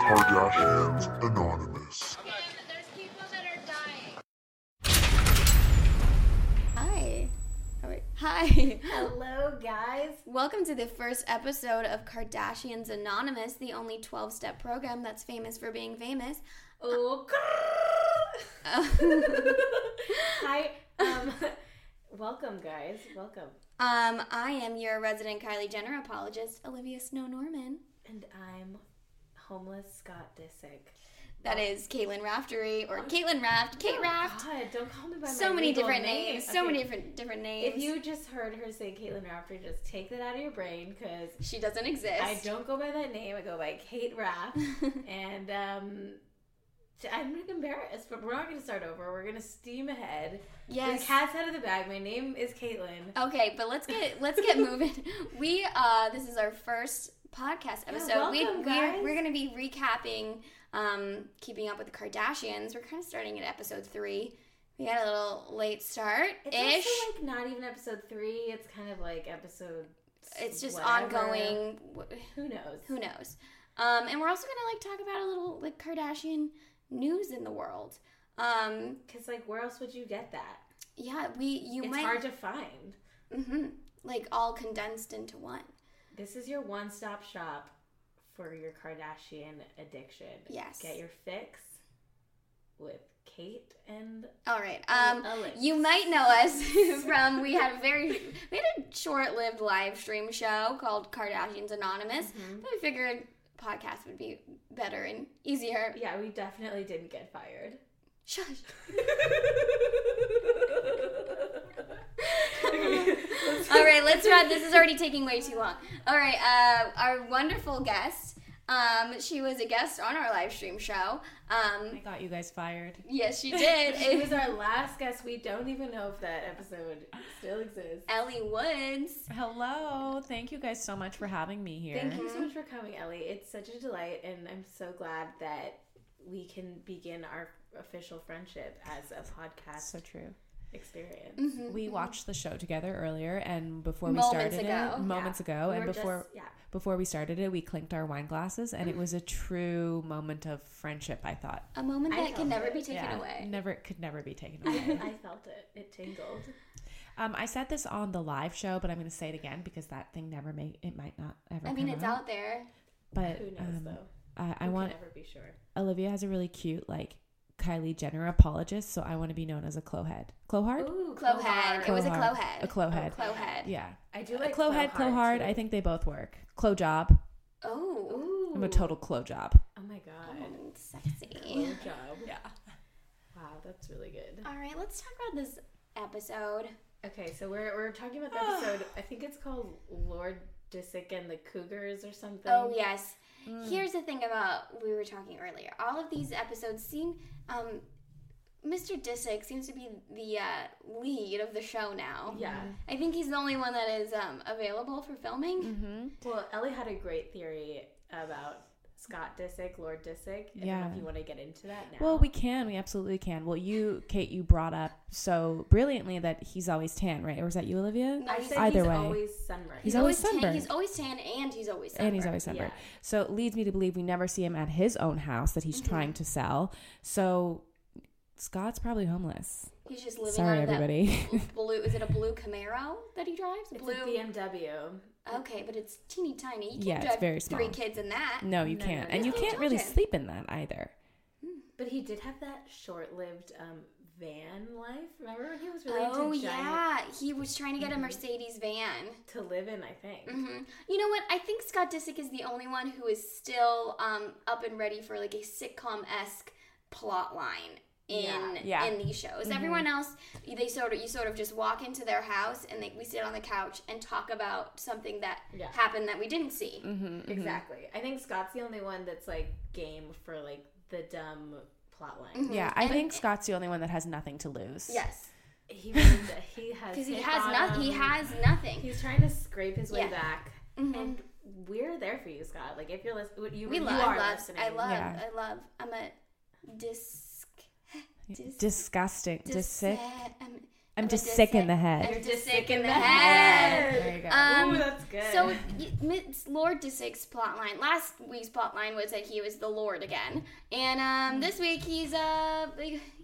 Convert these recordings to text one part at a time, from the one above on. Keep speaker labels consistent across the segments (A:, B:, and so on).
A: Kardashians Anonymous.
B: Hi. Oh, wait. Hi.
C: Hello, guys.
B: Welcome to the first episode of Kardashians Anonymous, the only 12 step program that's famous for being famous. Um,
C: Oh, hi. Um, welcome, guys. Welcome.
B: Um, I am your resident Kylie Jenner apologist, Olivia Snow Norman.
C: And I'm homeless Scott Disick.
B: That is Caitlin Raftery or Caitlin Raft, Kate Raft.
C: Oh, God, don't call me by my
B: So many
C: legal
B: different
C: name.
B: names. So
C: Okay,
B: many different different names.
C: If you just heard her say Caitlin Rafter, just take that out of your brain because
B: she doesn't exist.
C: I don't go by that name. I go by Kate Raff. and um, I'm going to compare us, but we're not going to start over. We're going to steam ahead.
B: Yes.
C: The cat's out of the bag. My name is Caitlin.
B: Okay, but let's get let's get moving. We uh this is our first podcast episode. we,
C: welcome,
B: we're
C: guys.
B: we're gonna be recapping um keeping up with the Kardashians. We're kinda starting at episode three. We got a little late start ish.
C: It's also like not even episode three. It's kind of like episode.
B: It's just
C: whatever.
B: ongoing. W-
C: Who knows?
B: Who knows? Um and we're also gonna like talk about a little like Kardashian news in the world. Um
C: Because like, where else would you get that?
B: yeah, we you
C: it's
B: might
C: hard to find.
B: hmm like all condensed into one.
C: This is your one-stop shop for your Kardashian addiction.
B: Yes.
C: Get your fix with Kate and
B: All right. Um,
C: Alex.
B: you might know us from we had a very we had a short-lived live stream show called Kardashians Anonymous,
C: Mhm.
B: but we figured podcast would be better and easier.
C: Yeah, we definitely didn't get fired.
B: Shush. All right, let's run. This is already taking way too long. All right, uh, our wonderful guest. Um, she was a guest on our live stream show. Um,
C: got you guys fired.
B: yes, she did.
C: She was our last guest. We don't even know if that episode still exists.
B: Ellie Woods.
D: Hello. Thank you guys so much for having me here.
C: Thank you so much for coming, Ellie. It's such a delight, and I'm so glad that we can begin our official friendship as a podcast
D: So true.
C: experience.
D: We watched the show together earlier and before we
B: Moments
D: started
B: ago.
D: it, moments
C: Yeah.
D: ago
C: We
D: Oh, and
C: were
D: before
C: just- Mm-hmm. yeah,
D: before we started it, we clinked our wine glasses and it was a true moment of friendship, I thought.
B: A moment
C: I
B: that can
C: felt
B: never
C: it.
B: be taken
D: Yeah,
B: away.
D: Never could never be taken away.
C: I, I felt it. It tingled.
D: um, I said this on the live show, but I'm going to say it again because that thing never may it might not ever
B: I mean,
D: come
B: it's out there.
D: But
C: Who knows,
D: um,
C: though?
D: I, I
C: Who
D: want
C: can never be sure.
D: Olivia has a really cute like Kylie Jenner apologist, so I want to be known as a clohead. Clohard?
C: Ooh,
B: Clohard. It was a
D: Clohard.
B: clohard.
D: A clohhead.
B: Oh, clohard.
D: Yeah.
C: I do like
D: Clo head, clo hard.
C: too.
D: I think they both work. Clo job.
B: Oh,
C: Ooh.
D: I'm a total clo job.
C: Oh my god.
B: mm, sexy.
C: Good job.
D: Yeah.
C: Wow, that's really good.
B: All right, let's talk about this episode.
C: Okay, so we're we're talking about the episode. I think it's called Lord Disick and the Cougars or something.
B: Oh yes.
D: Mm.
B: Here's the thing about we were talking earlier. All of these episodes seem um Mr. Disick seems to be the uh, lead of the show now.
C: Yeah.
B: I think he's the only one that is um, available for
D: Mm.
B: filming.
C: Well, Ellie had a great theory about Scott Disick, Lord Disick. I don't know
D: Yeah.
C: if you want to get into that now.
D: Well, we can. We absolutely can. Well, you, Kate, you brought up so brilliantly that he's always tan, right? Or was that you, Olivia?
B: No,
C: I said
D: Either
C: he's
D: way.
C: always sunburned.
D: He's always
B: tan.
D: sunburned.
B: He's always tan, and he's always sunburned.
D: and he's always sunburned.
C: Yeah.
D: So it leads me to believe we never see him at his own house that
C: Mm-hmm.
D: he's trying to sell. So Scott's probably homeless.
B: He's just living
D: Sorry,
B: out of
D: everybody.
B: that blue. Is it a blue Camaro that he drives?
C: it's
B: blue.
C: a BMW.
B: Okay, but it's teeny tiny. You can't
D: Yeah, it's
B: drive
D: very
B: three
D: small.
B: kids in that.
D: No, you
C: No,
D: can't.
C: no,
D: and you
B: no.
D: can't really
B: Children.
D: sleep in that either.
C: But he did have that short-lived um, van life. Remember when he was really Mm-hmm.
B: oh
C: into giant
B: yeah, he was trying to get a Mercedes van.
C: to live in? I think.
B: hmm You know what? I think Scott Disick is the only one who is still um, up and ready for like a sitcom esque plot line in
D: Yeah.
B: in these shows.
C: Mm-hmm.
B: Everyone else, they sort of you sort of just walk into their house and they, we sit on the couch and talk about something that
C: Yeah. Mm-hmm.
B: happened that we didn't see.
D: Mm-hmm.
C: Exactly. I think Scott's the only one that's like game for like the dumb plot line.
D: Yeah, I
B: And-
D: think Scott's the only one that has nothing to lose.
B: Yes,
C: He really, he has
B: because he
C: hit
B: has nothing. He
C: bottom.
B: has nothing.
C: He's trying to scrape his way
B: Yeah.
C: back, and we're there for you, Scott. Like if you're listening, you,
B: We
C: you
B: love,
C: are
B: I love,
C: listening.
B: I love,
D: Yeah.
B: I love. I'm a disc. Dis-
D: Disgusting. Dis-
B: dis-
D: sick.
B: uh, um,
D: I'm
B: Of a
D: just sick in the
B: I'm
D: head.
B: just, sick in the head.
D: There you go.
B: Um,
C: Ooh, that's good.
B: So, y- Miss Lord Disick's plotline. Last week's plotline was that he was the Lord again, and um, this week he's uh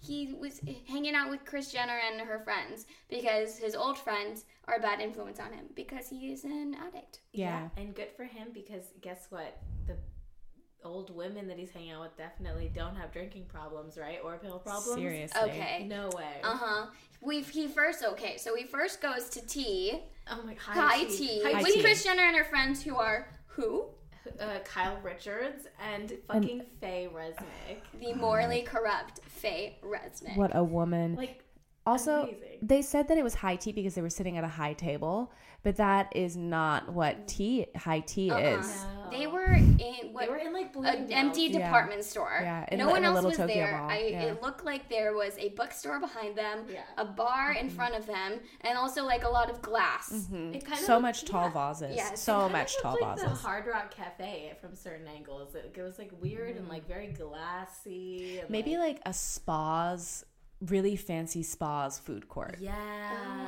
B: he was hanging out with Kris Jenner and her friends because his old friends are a bad influence on him because he is an addict.
D: yeah.
C: And good for him because guess what? The old women that he's hanging out with definitely don't have drinking problems, right? Or pill problems.
D: Seriously.
B: Okay.
C: No way.
B: Uh huh. We he first okay. So he first goes to tea,
C: oh my god.
B: high tea,
D: High
B: with
D: tea.
B: Kris Jenner and her friends who are who
C: uh, Kyle Richards and fucking Faye Resnick.
B: the morally corrupt Faye Resnick.
D: What a woman.
C: Like
D: also,
C: amazing.
D: they said that it was high tea because they were sitting at a high table, but that is not what tea high tea
B: Uh-uh.
D: is.
C: No.
B: They were in what
C: they were in like blue
B: an empty
D: Yeah.
B: department store.
D: Yeah, in
B: no
D: the-
B: one
D: in the
B: else
D: Little
B: was
D: Tokyo
B: there.
D: Mall,
B: I,
D: yeah.
B: It looked like there was a bookstore behind them,
C: Yeah.
B: a bar in
D: Mm-hmm.
B: front of them, and also like a lot of glass. Mm,
C: It kind
D: So
C: of-
D: much tall
C: yeah.
D: vases.
B: Yeah, it
D: so
C: Kind
D: much
C: of
D: tall
C: looked like
D: vases.
C: The Hard Rock Cafe from certain angles. It, it was like weird and like very glassy. and,
D: Maybe like a spa's really fancy spa's food court.
C: yeah,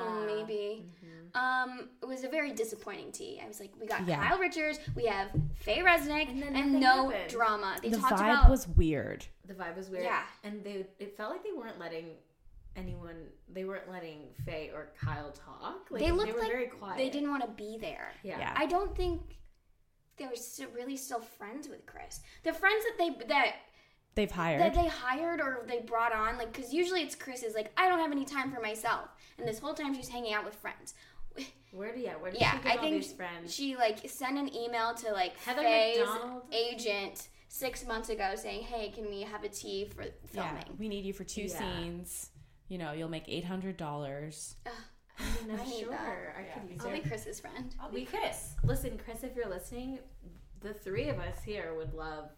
B: Oh, maybe.
C: Mm-hmm.
B: Um, it was a very disappointing tea. I was like, we got
D: Yeah.
B: Kyle Richards, we have Faye Resnick, and,
C: And then nothing
B: no
C: happened.
B: drama. They
D: the
B: talked
D: vibe
B: about
D: was weird.
C: the vibe was weird.
B: Yeah.
C: and they it felt like they weren't letting anyone. They weren't letting Faye or Kyle talk. Like,
B: they looked
C: were
B: like
C: very quiet.
B: they didn't want to be there.
C: Yeah.
D: Yeah.
B: I don't think they were still, really still friends with Chris. The friends that they that
D: They've hired.
B: that they hired or they brought on like because usually it's chris's like i don't have any time for myself and this whole time she's hanging out with friends
C: Where do yeah? Where did
B: yeah
C: she
B: i
C: get all
B: think
C: these friends?
B: she like sent an email to like
C: Heather
B: Faye's
C: McDonald?
B: agent six months ago saying hey can we have a tea for
D: yeah,
B: filming
D: we need you for two
C: Yeah.
D: scenes. You know, you'll make eight hundred dollars.
C: I mean,
B: I
C: I'm
B: need
C: sure.
B: that.
C: I could use
B: i'll be
C: it.
B: chris's friend
C: We could listen, Chris. If you're listening, the three of us here would love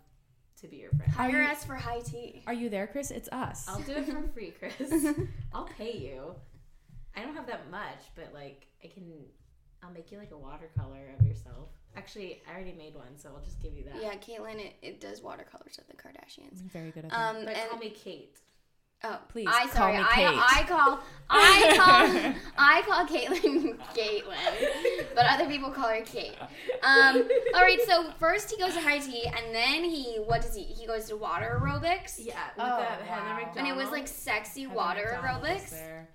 C: to be your friend.
B: hire
D: you-
B: us for high tea
D: Are you there, Chris? It's us.
C: I'll do it for free, Chris. I'll pay you. I don't have that much, but like I can. I'll make you like a watercolor of yourself. Actually, I already made one, so I'll just give you that.
B: yeah caitlin it, it does watercolors of the kardashians
D: I'm very good at that.
B: um
C: But
B: and
C: call me Kate.
B: Oh,
D: Please,
B: I
D: call
B: sorry.
D: me
B: I, I call I call I call Caitlyn Caitlyn, but other people call her Kate. Um, all right. So first he goes to high tea, and then he what does he? He goes to water aerobics,
C: Yeah, with
D: Oh,
C: the
D: wow.
C: Heather McDonald.
B: and it was like sexy
D: Heather
B: water
D: McDonald was
B: aerobics.
D: there.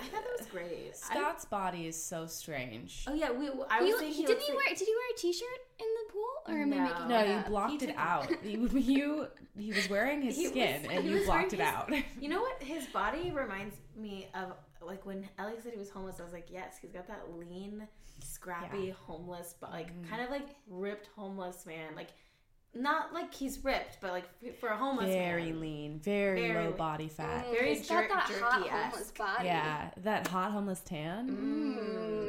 C: I thought that was great. I-
D: Scott's body is so strange.
C: oh yeah, we. I
B: He,
C: was
B: he-
C: thinking
B: didn't
C: looks
B: he
C: like-
B: wear? Did he wear a T-shirt in the pool? Or am I
C: No.
B: making
D: No,
B: that
D: you
B: up?
D: blocked
C: He
D: it
C: took-
D: out. you, you he was wearing his
C: He was-
D: skin and
C: he
D: you
C: was
D: blocked it
C: wearing
D: out.
C: You know what? His body reminds me of like when Alex said he was homeless. I was like, yes, he's got that lean, scrappy homeless, but like
D: Mm-hmm.
C: kind of like ripped homeless man. Like not like he's ripped, but like f- for a homeless
D: very
C: man,
D: lean, very,
C: Very
D: low
C: lean. Mm-hmm.
D: body fat.
B: Mm,
C: very
B: he's got
C: jer-
B: that hot
C: jerky-esque.
B: homeless body.
D: Yeah, that hot homeless tan.
B: Mm,
C: Mm-hmm.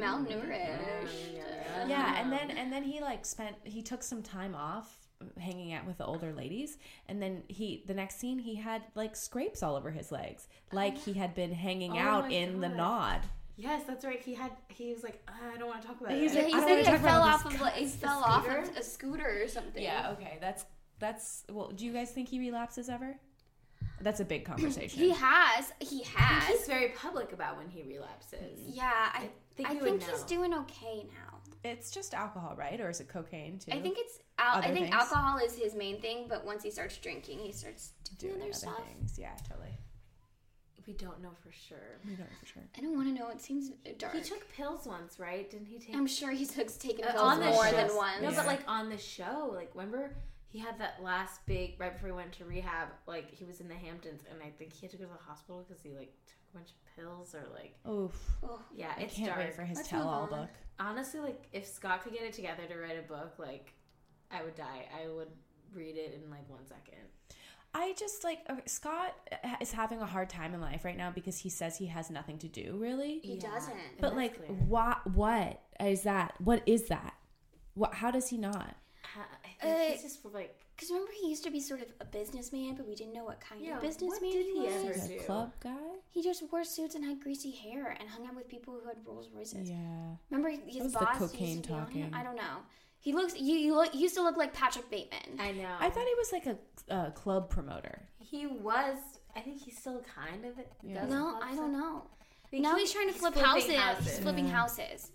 B: malnourished.
C: Mm,
D: Yeah, and then and then he like spent he took some time off hanging out with the older ladies and then he the next scene he had like scrapes all over his legs like he had been hanging
C: Oh my
D: out in the
C: God.
D: nod
C: yes, that's right. He had he was like, "Ah, I don't want to talk about
D: He's
C: it.
B: Yeah,
D: like,
B: he
D: I don't
B: said
D: wanna
B: he
D: talk about
B: fell
D: all
B: off
D: this
B: of like, he fell off of
C: scooter?
B: a scooter or something.
D: yeah okay that's that's well do you guys think he relapses ever that's a big conversation
B: He has. He
C: I
D: "Ah."
C: think
B: has.
C: he's very public about when he
D: Mm-hmm.
C: relapses.
B: Yeah, I,
C: think
B: I
C: you would
B: think he's
C: know.
B: doing okay now.
D: It's just alcohol, right? Or is it cocaine too?
B: I think it's al- I
D: Other
B: think
D: things?
B: alcohol is his main thing, but once he starts drinking, he starts doing,
D: doing
B: other,
D: other
B: stuff.
D: things. Yeah, totally.
C: We don't know for sure.
D: We don't know for sure.
B: I don't want to know. It seems dark.
C: He took pills once, right? Didn't he take?
B: I'm sure he's taken
C: Uh,
B: pills
C: on the
B: more
C: show.
B: than
C: No,
B: once.
D: Yeah.
C: but like on the show, like remember he had that last big right before he went to rehab. Like he was in the Hamptons, and I think he had to go to the hospital because he like took a bunch of pills or like
D: Oof!
B: Oh,
C: yeah,
D: I
C: it's
D: can't
C: dark.
D: wait for his
B: Let's move
D: tell-all
B: on.
D: book.
C: Honestly, like if Scott could get it together to write a book, like I would die. I would read it in like one second.
D: I just like okay, Scott uh, is having a hard time in life right now because he says he has nothing to do really.
B: He doesn't.
C: and
D: but
C: that's
D: like,
C: clear.
D: what? What is that? What is that? What? How does he not?
C: I I think he's
B: Uh,
C: just like
B: because remember he used to be sort of a businessman, but we didn't know what kind of
C: Yeah, what
B: businessman
C: did
B: he
C: he
B: was.
C: ever-
D: He's
C: do.
D: a club guy.
B: He just wore suits and had greasy hair and hung out with people who had Rolls Royces.
D: Yeah.
B: Remember his
D: was the
B: boss
D: cocaine
B: used to be on him?
D: talking.
B: I don't know. He looks. You, you look, he used to look like Patrick Bateman.
C: I know.
D: I thought he was like a uh, club promoter.
C: he was. I think he's still kind of.
D: Yeah.
C: does
B: no,
C: club
B: I
C: stuff.
B: don't know.
C: They
B: now
C: keep-
B: he's trying to flip
C: flipping
B: houses. He's flipping
D: Yeah.
B: houses.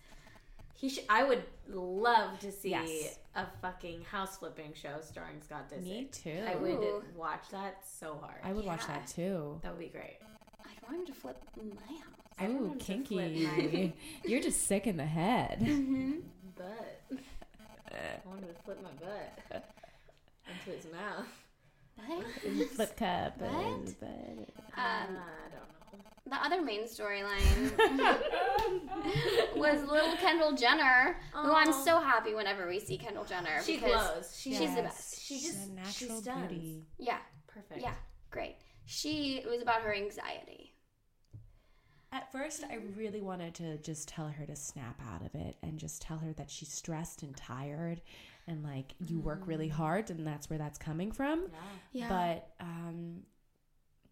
C: He sh- I would love to see
D: Yes.
C: a fucking house flipping show starring Scott Disick.
D: Me too.
C: I
B: Ooh.
C: would watch that so hard.
D: I would watch
B: Yeah.
D: that too.
C: that would be great.
B: I want him to flip my house.
C: I don't
D: Ooh,
C: want to flip
D: kinky.
C: mine.
D: You're just sick in the head.
B: Mm-hmm.
C: Butt. I wanted to flip my butt into his mouth.
D: Flip cup. and-
B: What?
D: but-
B: Um,
C: Uh, I don't
B: the other main storyline was little Kendall Jenner, who I'm
C: Aw.
B: so happy whenever we see Kendall Jenner.
C: know. She
B: because-
C: glows. She,
B: she's the
D: Yes,
B: best.
C: She
D: she's
C: just-
D: a
C: she
D: natural
C: stuns.
D: beauty.
B: Yeah,
C: Perfect.
B: yeah, great. She it was about her anxiety.
D: At first, I really wanted to just tell her to snap out of it and just tell her that she's stressed and tired and like you work really hard and that's where that's coming from.
C: Yeah.
D: But um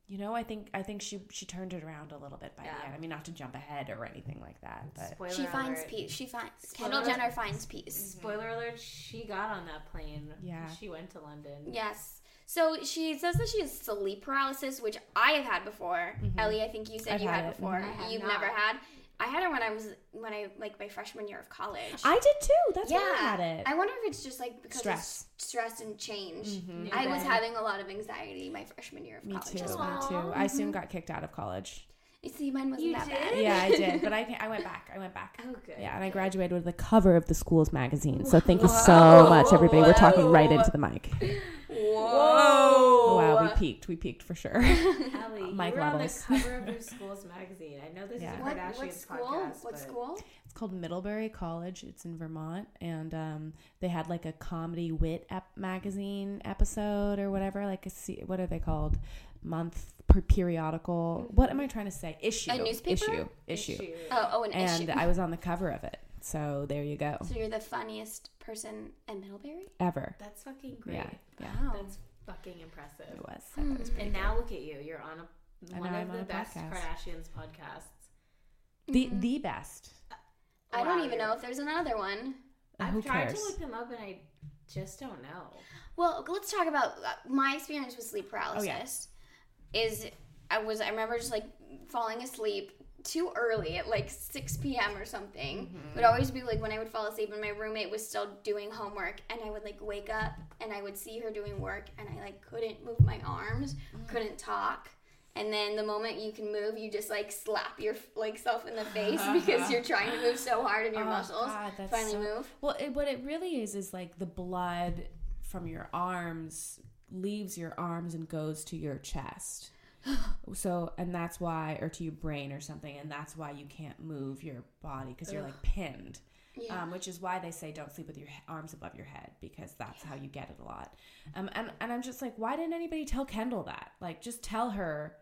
D: you know, I think I think she she turned it around a little bit by
C: Yeah.
D: the end. I mean, not to jump ahead or anything like that, but
C: Spoiler
B: she finds
C: alert.
B: peace. She finds
C: Spoiler
B: Kendall
C: alert.
B: Jenner finds peace.
C: Spoiler alert, she got on that plane.
D: Yeah.
C: She went to London.
B: Yes. So she says that she has sleep paralysis, which I have had before. Ellie, I think you said
D: Mm-hmm. I've
B: you had,
D: had it. Mm-hmm.
B: before.
C: I have
B: You've
C: not.
B: never had. I had it when I was when I like my freshman year of college.
D: I did too. That's why I had it.
B: I wonder if it's just like because of
D: Stress.
B: s-
D: Mm-hmm.
B: stress and change.
C: Yeah.
B: I was having a lot of anxiety my freshman year of
D: me
B: college.
D: too. Me too.
B: as well.
D: I soon got kicked out of college.
B: You see, mine wasn't
C: You
B: that
C: did?
B: bad.
D: Yeah, I did, but I I went back. I went back.
C: Oh, good.
D: Yeah, and I graduated with the cover of the school's magazine. So thank you so much, everybody. We're talking right into the mic.
B: Whoa.
D: Wow, we peaked. We peaked for sure.
C: Ellie,
D: Mike
C: you were
D: levels.
C: on the cover of your school's magazine. I know this
D: Yeah.
C: is a
B: What,
C: Kardashian
B: what school?
C: podcast.
B: what
C: but
B: school?
D: It's called Middlebury College. It's in Vermont, and um, they had like a comedy wit ep- magazine episode or whatever. Like a se- what are they called? Month per periodical. What am I trying to say? Issue.
B: A newspaper?
D: Issue. Issue.
C: Issue.
B: Oh, oh, an
D: And
B: issue.
D: I was on the cover of it. So there you go.
B: so you're the funniest person at Middlebury.
D: Ever.
C: That's fucking great.
D: Yeah. Yeah.
B: Wow.
C: That's fucking impressive.
D: It was. I thought it
B: Hmm.
D: was pretty
C: And now look at you. You're on a
D: I
C: one
D: know,
C: of
D: I'm on
C: the
D: a
C: best
D: podcast.
C: Kardashians podcasts.
D: good. the the best.
B: I don't
C: Wow,
B: even
C: you're-
B: know if there's another one.
C: I've
D: Who
C: tried
D: cares?
C: to look them up and I just don't know.
B: Well, let's talk about uh, my experience with sleep
D: Oh, yeah.
B: paralysis. Is I was I remember just like falling asleep too early at like 6 p.m. or something.
D: Mm-hmm.
B: It would always be like when I would fall asleep and my roommate was still doing homework and I would like wake up and I would see her doing work and I like couldn't move my arms,
D: Mm.
B: couldn't talk. And then the moment you can move, you just like slap your like self in the face because you're trying to move so hard and your
D: Oh,
B: muscles
D: God, that's
B: finally
D: so-
B: move.
D: Well, it, what it really is is like the blood from your arms leaves your arms and goes to your chest. So, and that's why, or to your brain or something, and that's why you can't move your body because you're like pinned.
B: Yeah.
D: Um, which is why they say don't sleep with your he- arms above your head because that's how you get it a lot. Um, and, and I'm just like, why didn't anybody tell Kendall that? Like, just tell her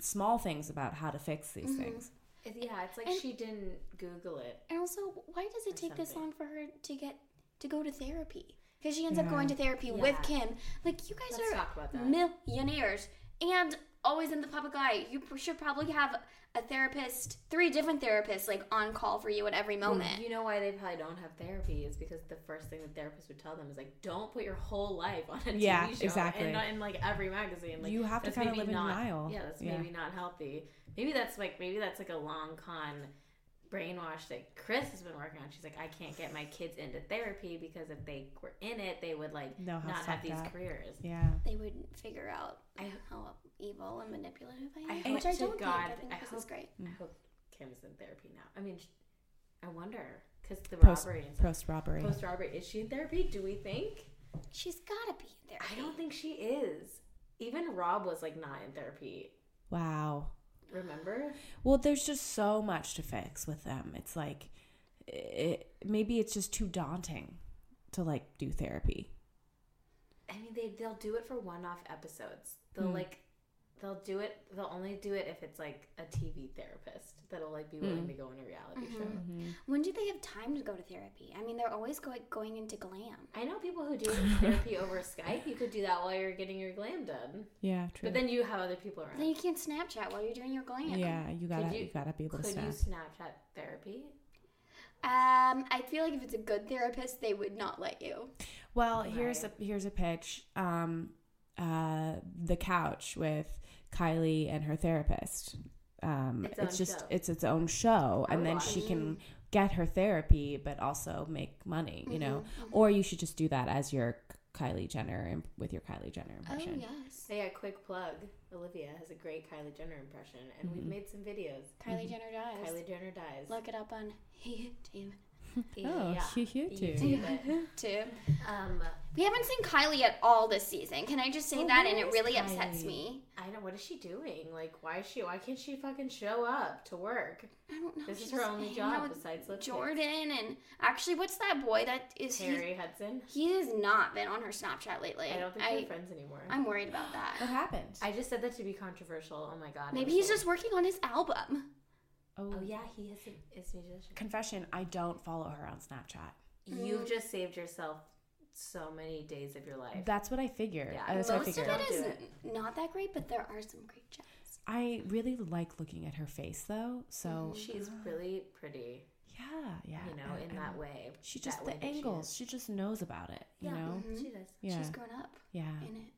D: small things about how to fix these things.
C: It- Yeah, it's like
B: And-
C: she didn't Google it.
B: And also, why does it
C: Or
B: take this
C: something.
B: long for her to get to go to therapy? Because she ends up
D: Yeah.
B: going to therapy with
C: Yeah.
B: Kim. Like you guys
C: Let's
B: are
C: talk about that.
B: millionaires and always in the public eye. You p- should probably have a therapist, three different therapists, like on call for you at every
D: Mm.
B: moment.
C: You know why they probably don't have therapy is because the first thing the therapist would tell them is like, don't put your whole life on a TV
D: Yeah,
C: show
D: exactly.
C: and not in like every magazine. Like
D: You have to
C: that's
D: kinda
C: maybe
D: live in
C: not-
D: denial.
C: Yeah, that's
D: Yeah.
C: maybe not healthy. Maybe that's like maybe that's like a long con brainwash that Chris has been working on. She's like, I can't get my kids into therapy because if they were in it, they would like
D: Know how
C: not
D: to
C: have
D: suck
C: these
D: that.
C: careers.
D: Yeah.
B: They would figure out
C: I-
B: how evil and manipulative I
C: I
B: am,
C: hope
B: which I
C: to
B: don't think.
C: God-
B: I think
C: I
B: this is
C: hope-
B: great.
C: I hope Kim's in therapy now. I mean, sh- I wonder because the
D: Post-
C: robbery and stuff.
D: Post robbery.
C: Post robbery, is she in therapy? Do we think?
B: She's gotta be in therapy.
C: I don't think she is. Even Rob was like not in therapy.
D: Wow.
C: Remember?
D: Well, there's just so much to fix with them. It's like it, maybe it's just too daunting to like do therapy.
C: I mean, they they'll do it for one-off episodes. They'll like they'll do it. They'll only do it if it's like a TV therapist that'll like be willing to go on a reality show.
B: When do they have time to go to therapy? I mean, they're always going going into glam.
C: I know people who do therapy over Skype. You could do that while you're getting your glam done,
D: Yeah, true.
C: but then you have other people
B: Then
C: around.
B: you can't Snapchat while you're doing your glam.
D: yeah, you gotta
C: you-
D: you, gotta be able
C: Could
D: to
C: you
D: snap.
C: Snapchat therapy?
B: Um, I feel like if it's a good therapist, they would not let you.
D: Well, here's a here's a pitch. Um, uh, the couch with Kylie and her therapist. um,
C: Its
D: it's,
C: own
D: just
C: show.
D: it's its own show, and then
C: watch
D: she can get her therapy, but also make money. You know,
C: Mm-hmm,
D: or you should just do that as your Kylie Jenner imp- with your Kylie Jenner
B: Oh
D: impression.
B: yes,
C: Hey, a quick plug. Olivia has a great Kylie Jenner impression, and we've made some videos.
B: Kylie Jenner dies.
C: Mm-hmm. Kylie Jenner dies.
B: Look it up on YouTube.
D: Oh, she here too.
B: Too.
C: Um,
B: We haven't seen Kylie at all this season. Can I just say
D: Oh,
B: that?
D: where
B: And it
D: is
B: really upsets
D: Kylie?
B: me.
C: I don't. What is she doing? Like, why is she? Why can't she fucking show up to work?
B: I don't know.
C: This is
B: she's
C: her only
B: hanging
C: job
B: out with
C: besides lipstick.
B: Jordan and actually, what's that boy that is? He,
C: Harry Hudson.
B: he has not been on her Snapchat lately.
C: I don't think they're friends anymore.
B: I'm worried about that.
D: What happened?
C: I just said that to be controversial. Oh my god.
B: Maybe
C: I'm
B: he's
C: so-
B: just working on his album.
C: Oh yeah, he is. A, is a musician.
D: Confession: I don't follow her on Snapchat.
C: You've just saved yourself so many days of your life.
D: That's what I figured.
C: Yeah,
D: That's what I
B: Most of
D: figured.
B: it
C: Don't do
B: is n- not that great, but there are some great gems.
D: I really like looking at her face though. So
C: She's really pretty,
D: yeah, yeah.
C: Mm-hmm. you know, in
D: and-
C: that way.
D: She just
C: that way
D: the
C: that she is.
D: angles. She, just knows about it. You
C: Yeah. mm-hmm.
D: know.
C: She does.
D: Yeah.
B: She's grown up
D: yeah.
B: in it.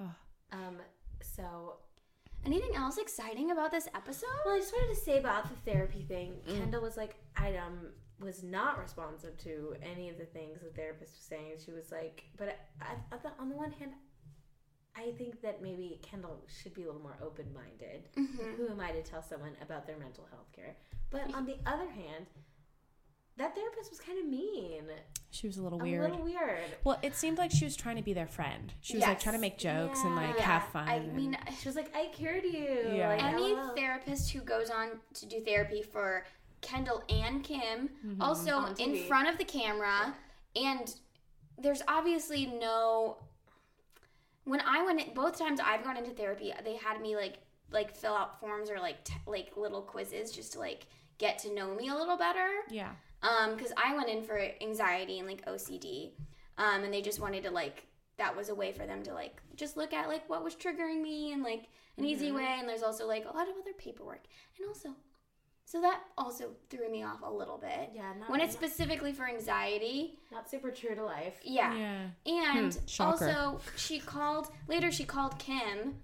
D: Oh.
C: Um. So
B: Anything else exciting about this episode?
C: Well, I just wanted to say about the therapy thing.
D: Mm.
C: Kendall was like, I um, was not responsive to any of the things the therapist was saying. She was like, but I, I, thought on the one hand, I think that maybe Kendall should be a little more open minded.
D: Mm-hmm.
C: Who am I to tell someone about their mental health care? But on the other hand, that therapist was kind of mean,
D: She was a little weird.
C: a little weird.
D: Well, it seemed like she was trying to be their friend. She was like
B: Yes.
D: trying to make jokes and like
C: Yeah.
D: have fun.
B: I
D: and-
B: mean,
C: She was like, I cured you.
D: Yeah.
C: Like,
B: any
C: LOL.
B: therapist who goes on to do therapy for Kendall and Kim,
D: Mm-hmm.
B: also
C: On
B: in
C: TV.
B: front of the camera, and there's obviously no. When I went, in- both times I've gone into therapy, they had me like like fill out forms or like t- like little quizzes just to like get to know me a little better.
D: yeah.
B: Um, because I went in for anxiety and like OCD, um, and they just wanted to like that was a way for them to like just look at like what was triggering me and like an easy way. And there's also like a lot of other paperwork, and also, so that also threw me off a little bit.
C: Yeah, not,
B: When it's
C: not,
B: specifically for anxiety,
C: not super true to life.
B: yeah.
D: Yeah.
B: And
D: Hmm, shocker.
B: also, she called later. She called Kim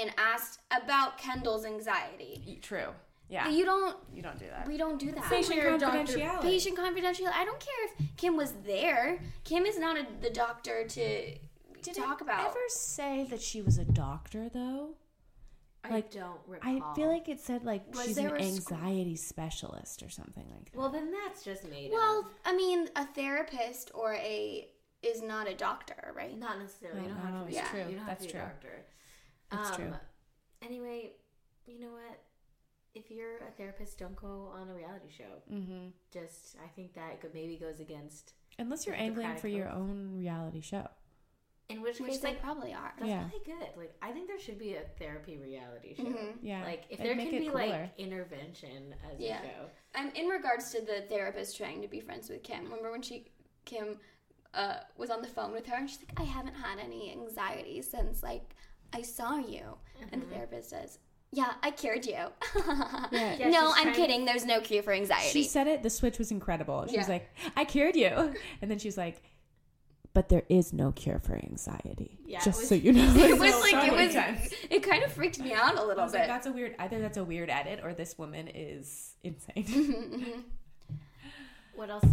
B: and asked about Kendall's anxiety.
D: True. Yeah.
B: You don't.
D: You don't do that.
B: We don't do that.
D: Patient
C: We're a doctor-
D: confidentiality.
B: patient confidential. I don't care if Kim was there. Kim is not a, the doctor to talk about.
D: Ever say that she was a doctor though? Like,
C: I don't recall.
D: I feel like it said like
B: Was
D: she's
B: there
D: an
B: a school-
D: anxiety specialist or something like that.
C: Well, then that's just made. up.
B: well, I mean, a therapist or a is not a doctor, right?
C: Not necessarily.
D: No,
C: you don't
D: no,
C: have
D: no,
C: to be.
D: it's
C: yeah,
D: true.
C: You don't have
D: That's
C: to be
D: true.
C: a doctor. Um,
D: That's true.
C: Anyway, you know what? If you're a therapist, don't go on a reality show.
D: mm-hmm.
C: Just, I think that could maybe goes against.
D: Unless you're
C: Like the
D: angling for your
C: Chronicles.
D: own reality show.
C: In which
B: Which
C: case,
B: they
C: like,
B: probably are.
C: that's
D: Yeah.
C: really good. Like, I think there should be a therapy reality show.
B: Mhm.
D: Mm-hmm. Yeah.
C: Like, if
D: It'd
C: there
D: make
C: can
D: it
C: be
D: cooler.
C: like intervention as
B: Yeah.
C: a show,
B: Um, in regards to the therapist trying to be friends with Kim, remember when she Kim uh, was on the phone with her and she's like, "I haven't had any anxiety since like I saw you," and the therapist says. Yeah, I cured you.
C: Yeah,
B: no,
C: she's
B: I'm
C: trying-
B: kidding. There's no cure for anxiety.
D: She said it. The switch was incredible. She was
B: Yeah.
D: like, "I cured you," and then she was like, "But there is no cure for anxiety."
C: Yeah, it
D: just
C: was-
D: so you know,
B: it was
C: So
B: like it
C: many
B: was it kind of freaked me out a
D: I
B: little
D: was like,
B: bit
D: "That's a weird. Either that's a weird edit, or this woman is insane."
C: what else?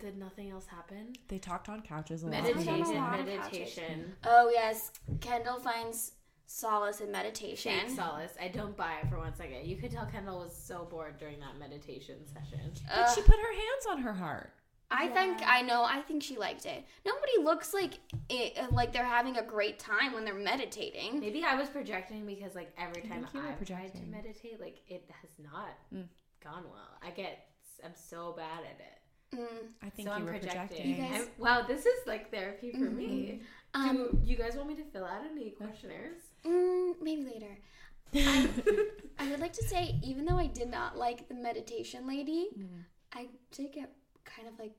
C: Did nothing else happen?
D: they talked on couches a lot. Mm-hmm.
B: Meditation.
C: Meditation,
B: lot of
C: meditation,
B: oh yes kendall finds solace in meditation
C: fake solace. I don't buy it for one second. You could tell Kendall was so bored during that meditation session.
B: Uh,
D: But she put her hands on her heart.
B: i think i know i think she liked it nobody looks like it, like they're having a great time when they're meditating
C: Maybe I was projecting because like every time
D: think you were
C: I've tried to
D: projecting. Hmm.
C: meditate, like it has not gone well. I get I'm so bad at it.
B: Mm.
D: I think
C: so
D: you
C: I'm
D: were projecting. Mm-hmm.
C: projecting.
B: guys-
C: I'm- wow, this is like therapy for me. Do you guys want me to fill out any questionnaires?
B: um, mm, maybe later i would like to say even though i did not like the meditation lady i did get kind of like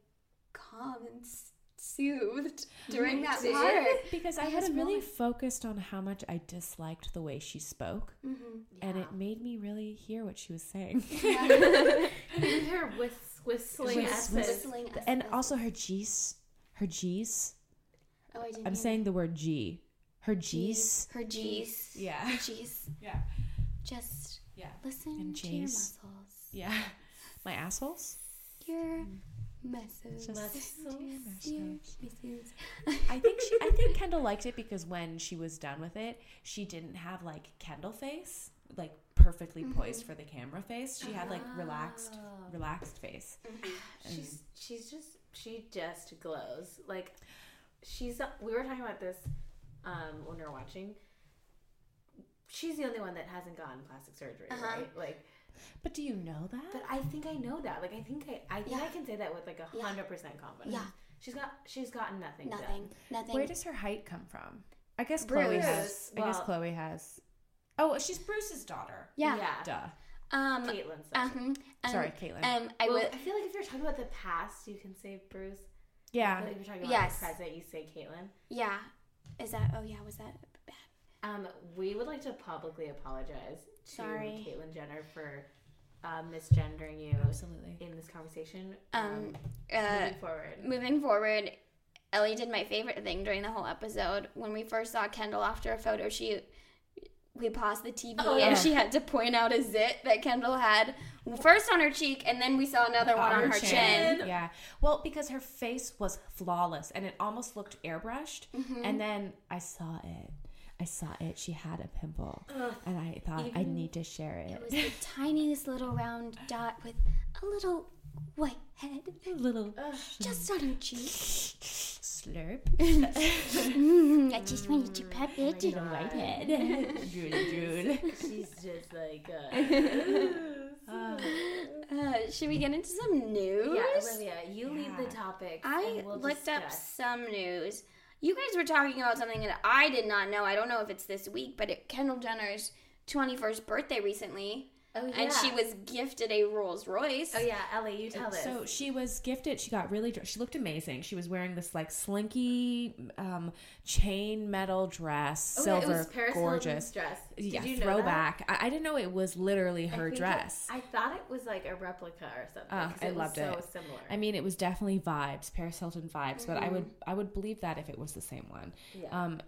B: calm and s- soothed during that
C: did?
B: part
D: because I,
B: I
D: was
B: was
D: really
B: wrong.
D: focused on how much I disliked the way she spoke,
B: Mm-hmm.
D: and
C: Yeah.
D: it made me really hear what she was saying.
C: You hear whis- whistling
D: Whis-
C: S's.
D: whis-
B: Whistling
D: and
B: S's.
D: also her G's, her G's.
B: oh, I didn't
D: I'm
B: hear
D: saying the word G. Her G's.
B: Her G's.
D: Yeah.
B: G's.
D: Yeah.
B: Just
E: Yeah.
B: Listen
D: And
B: to your
D: J's.
B: muscles.
D: Yeah. My assholes?
B: Your muscles.
D: Just
B: Listen to
D: muscles.
B: your muscles.
D: I think she, I think Kendall liked it because when she was done with it, she didn't have like Kendall face, like perfectly
C: Mm-hmm.
D: poised for the camera face. She had like relaxed,
C: Oh.
D: relaxed face.
C: She's she's just she just glows. Like she's we were talking about this um when we were watching. She's the only one that hasn't gotten plastic surgery,
B: Uh-huh.
C: right? Like
D: But do you know that?
C: but I think I know that. Like I think I I think I
B: Yeah.
C: can say that with like a
B: Yeah.
C: hundred percent confidence.
B: Yeah.
C: She's got she's gotten nothing. done.
B: Nothing. Nothing.
D: Where does her height come from? I guess Chloe
B: Bruce.
D: has. I guess
C: Well-
D: Chloe has. Oh, she's Bruce's daughter.
B: yeah.
D: Duh.
B: Um.
C: Caitlin's
B: uh-huh. Um,
D: Sorry, Caitlin.
B: Um. I
C: well,
B: will.
C: I feel like if you're talking about the past, you can say Bruce.
D: yeah.
C: But if you're talking about
B: Yes.
C: the present, you say Caitlin.
B: Yeah. Is that? Oh yeah. Was that? bad?
C: Um, we would like to publicly apologize to
B: Sorry.
C: Caitlyn Jenner for uh, misgendering you
D: Absolutely.
C: in this conversation.
B: Um. Uh.
C: moving forward.
B: Moving forward, Ellie did my favorite thing during the whole episode. When we first saw Kendall after a photo shoot, we paused the TV
C: Oh,
B: and
D: yeah.
B: she had to point out a zit that Kendall had first on her cheek, and then we saw another one on her chin.
D: Yeah. Well, because her face was flawless and it almost looked airbrushed. And then I saw it. I saw it. She had a pimple. and I thought I need to share it.
B: It was the tiniest little round dot with a little white head
D: a little
B: just on her cheek.
D: slurp.
B: Mm, I just wanted to pet it in a white head.
D: drool, drool.
C: She's just like, uh, yeah,
B: Uh, should we get into some news?
C: Olivia, you lead the topic.
B: I
C: and we'll
B: looked up
C: discuss.
B: some news. You guys were talking about something that I did not know. I don't know if it's this week, but it, Kendall Jenner's 21st birthday recently,
C: Oh yeah,
B: and she was gifted a Rolls Royce.
C: Oh yeah, Ellie, you tell this.
D: So she was gifted. She got really. dr- She looked amazing. She was wearing this like slinky um, chain metal dress,
C: Oh, yeah,
D: silver,
C: it was Paris Hilton's
D: gorgeous.
C: dress. Did
D: yeah,
C: you know that?
D: throwback. I, I didn't know it was literally
C: I
D: her
C: think it-
D: dress.
C: I thought it was like a replica or something.
D: Oh,
C: 'cause
D: I
C: it was
D: loved
C: so
D: it.
C: Similar.
D: I mean, it was definitely vibes, Paris Hilton vibes, but I would I would believe that if it was the same one.
C: Mm-hmm. Yeah.
D: Um,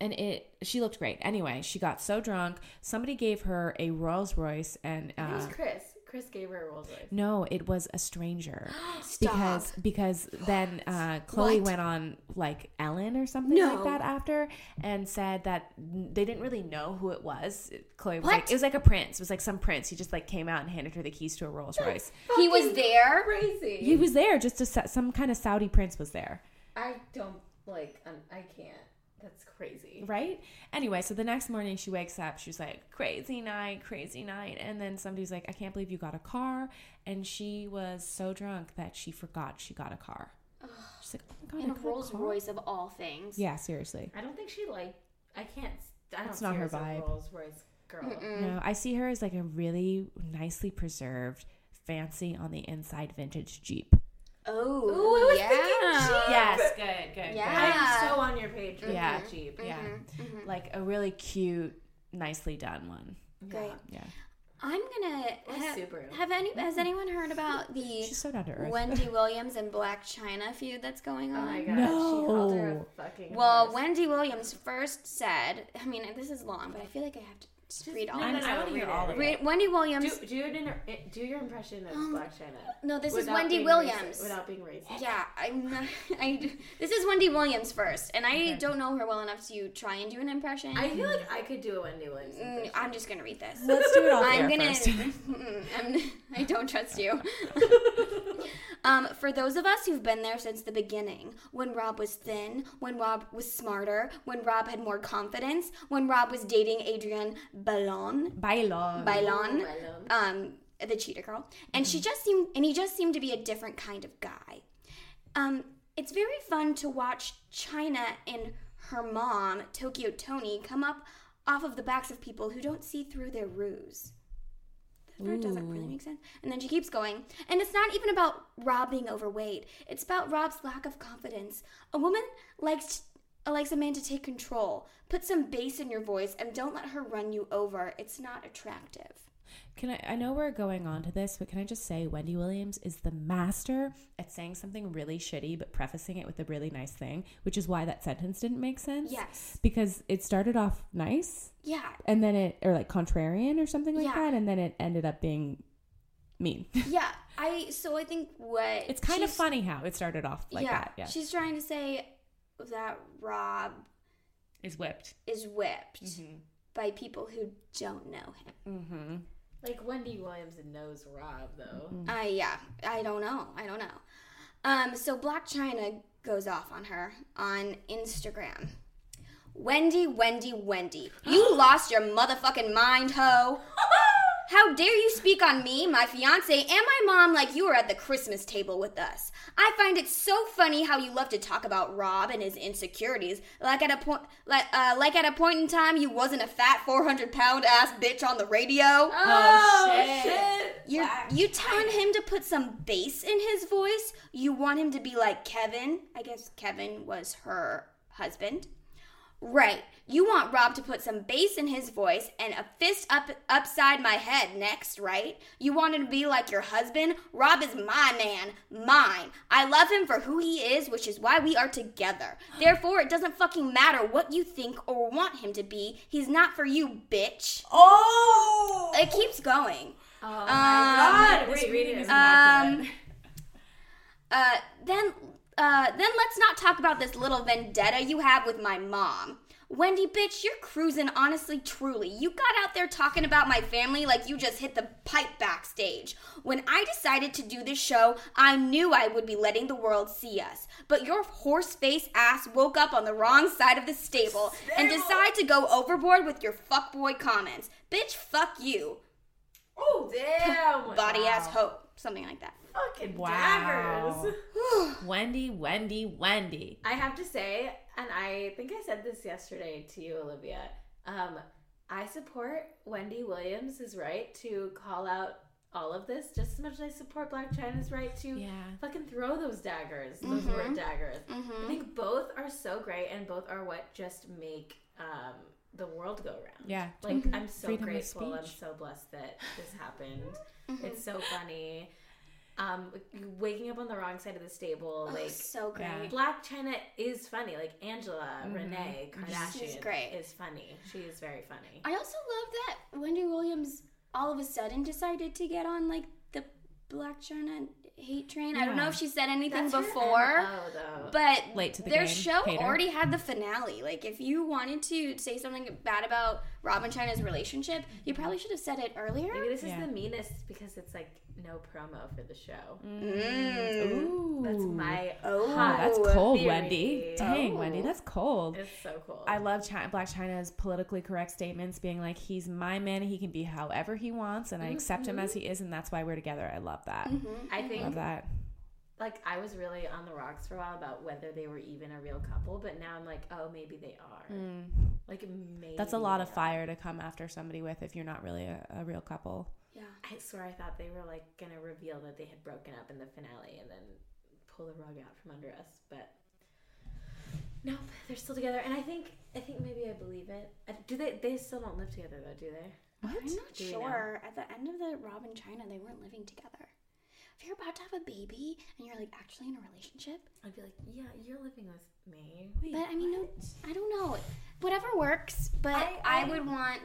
D: and it she looked great. Anyway, she got so drunk. Somebody gave her a Rolls Royce, and
C: it
D: uh,
C: was Chris. Chris gave her a Rolls Royce.
D: no, it was a stranger.
B: Stop.
D: because because then uh, Chloe
B: What?
D: went on like Ellen or something
B: No.
D: like that after and said that n- they didn't really know who it was. Chloe was
B: What?
D: like it was like a prince. It was like some prince. He just like came out and handed her the keys to a Rolls Royce.
B: he was there.
C: Crazy.
D: he was there just to sa- some kind of Saudi prince was there.
C: I don't like. Um, I can't. That's crazy.
D: right? Anyway, so the next morning she wakes up, she's like, crazy night, crazy night. And then somebody's like, I can't believe you got a car. And she was so drunk that she forgot she got a car. She's like, oh my God,
B: In
D: I
B: a
D: got a
B: Rolls
D: car?"
B: Royce of all things.
D: Yeah, seriously.
C: I don't think she like. I can't. I don't.
D: It's
C: see
D: not her
C: as a
D: vibe.
C: Rolls Royce girl.
B: Mm.
D: No, I see her as like a really nicely preserved, fancy on the inside vintage Jeep.
B: Oh,
C: Ooh, I was
B: yeah.
C: thinking Jeep. Yes,
D: good, good.
B: Yeah. Mm-hmm.
C: I'm so on your page with
D: Yeah.
C: your Jeep.
D: Yeah. Like a really cute, nicely done one.
B: Great.
D: Yeah.
B: I'm gonna.
C: Or
B: Have,
C: Subaru.
B: have any?
C: Mm.
B: Has anyone heard about the
D: She's so down to earth.
B: Wendy Williams and Black China feud that's going
C: Oh
B: on?
C: my god. She called her a fucking.
B: Well,
C: horse.
B: Wendy Williams first said, I mean, this is long, but I feel like I have to just read all
C: no,
B: of
C: no,
B: it.
C: no,
D: I wanna
C: read
D: hear all
C: it.
D: of
B: Re- Wendy Williams.
C: Do, do, an inter- do your impression of Black China.
B: no, Um, this is
C: without
B: Wendy
C: being
B: Williams.
C: Racist, without being racist.
B: yeah, I'm not, I, this is Wendy Williams first, and I don't know her well enough to try and do an impression.
C: I feel like I could do a Wendy Williams.
B: Mm,
C: impression.
B: I'm just gonna read this.
D: Let's do it all
B: I'm
D: I'm
B: gonna.
D: first.
B: Mm, I'm, I don't trust you. um, for those of us who've been there since the beginning, when Rob was thin, when Rob was smarter, when Rob had more confidence, when Rob was dating Adrian Ballon,
D: Bailon.
C: Oh
B: Bailon,
C: Bailon.
B: um, the cheetah girl, and she just seemed, and he just seemed to be a different kind of guy. Um, it's very fun to watch China and her mom, Tokyo Tony, come up off of the backs of people who don't see through their ruse. That part doesn't really make sense. And then she keeps going. And it's not even about Rob being overweight. It's about Rob's lack of confidence. A woman likes uh, likes a man to take control. Put some bass in your voice and don't let her run you over. It's not attractive.
D: Can I? I know we're going on to this, but can I just say Wendy Williams is the master at saying something really shitty, but prefacing it with a really nice thing, which is why that sentence didn't make sense.
B: Yes.
D: Because it started off nice,
B: Yeah.
D: and then it or like contrarian or something like
B: Yeah.
D: that, and then it ended up being mean.
B: Yeah. I so I think what
D: It's kind of
B: she's-
D: funny how it started off like
B: yeah,
D: that. Yeah,
B: She's trying to say that Rob
D: is whipped.
B: is whipped by people who don't know him.
D: Mm-hmm.
C: Like Wendy Williams knows Rob though.
B: I yeah, I don't know. I don't know. Um, so Black China goes off on her on Instagram. Wendy, Wendy, Wendy, you lost your motherfucking mind, ho. How dare you speak on me, my fiance, and my mom like you were at the Christmas table with us? I find it so funny how you love to talk about Rob and his insecurities, like at a point, like uh, like at a point in time you wasn't a fat four hundred pound ass bitch on the radio.
C: Oh, shit.
B: You're, you telling him to put some bass in his voice? You want him to be like Kevin? I guess Kevin was her husband. Right. You want Rob to put some bass in his voice and a fist up upside my head next, right? You want him to be like your husband? Rob is my man, mine. I love him for who he is, which is why we are together. Therefore, it doesn't fucking matter what you think or want him to be. He's not for you, bitch.
C: Oh!
B: It keeps going.
C: Oh
B: my
C: god. Wait, reading is
B: Um, uh, then, uh, then let's not talk about this little vendetta you have with my mom. Wendy, bitch, you're cruising, honestly, truly. You got out there talking about my family like you just hit the pipe backstage. When I decided to do this show, I knew I would be letting the world see us. But your horse face ass woke up on the wrong side of the stable, and decided to go overboard with your fuckboy comments. Bitch, fuck you.
C: Oh, damn.
B: Body
C: Wow.
B: ass hoe. Something like that.
C: Fucking
D: Wow.
C: Uh, daggers.
D: Wendy, Wendy, Wendy.
C: I have to say, and I think I said this yesterday to you, Olivia. Um, I support Wendy Williams' is right to call out all of this just as much as I support Black China's right to
D: Yeah.
C: fucking throw those daggers, those
B: Mm-hmm.
C: word daggers. I think both are so great, and both are what just make um, the world go round.
D: Yeah.
C: Like
B: Mm-hmm.
C: I'm so
D: Freedom of
C: grateful. I'm
D: speech.
C: so blessed that this happened.
B: Mm-hmm.
C: It's so funny. Um, waking up on the wrong side of the stable, like
B: Oh, So great.
D: Yeah.
C: Black China is funny. Like Angela,
D: Mm-hmm.
C: Renee, Kardashian
B: She's great.
C: is funny. She is very funny.
B: I also love that Wendy Williams all of a sudden decided to get on like the Black China hate train. I don't know
D: Yeah.
B: if she said anything
C: her
B: before,
C: MO, though.
B: but
D: Late to the
B: their
D: game,
B: show
D: hater.
B: already had the finale. Like, if you wanted to say something bad about Rob and China's relationship,
D: Mm-hmm.
B: you probably should have said it earlier.
C: Maybe this
D: Yeah.
C: is the meanest because it's like no promo for the show.
B: Mm.
D: Ooh.
C: That's my
B: Oh,
C: hot
D: That's cold,
C: theory.
D: Wendy. Dang,
B: Oh.
D: Wendy, that's cold.
C: It's so cool.
D: I love China, Black China's politically correct statements being like, he's my man, he can be however he wants, and I accept him as
B: Mm-hmm.
D: he is, and that's why we're together. I love that.
C: I
D: Love
C: think
D: that.
C: like I was really on the rocks for a while about whether they were even a real couple, but now I'm like, oh, maybe they are.
B: Mm-hmm.
C: Like maybe
D: Mm. That's a lot of
C: they are.
D: fire to come after somebody with if you're not really a, a real couple.
B: Yeah.
C: I swear I thought they were like gonna reveal that they had broken up in the finale and then pull the rug out from under us, but nope, they're still together. And I think I think maybe I believe it. I- Do they? They still don't live together though, do they?
D: What?
B: I'm not
C: Do we know?
B: sure. At the end of the Rob and China, they weren't living together. If you're about to have a baby and you're like actually in a relationship,
C: I'd be like, yeah, you're living with me.
B: But I mean, no, I don't know. Whatever works, but I,
C: I- I-
B: would want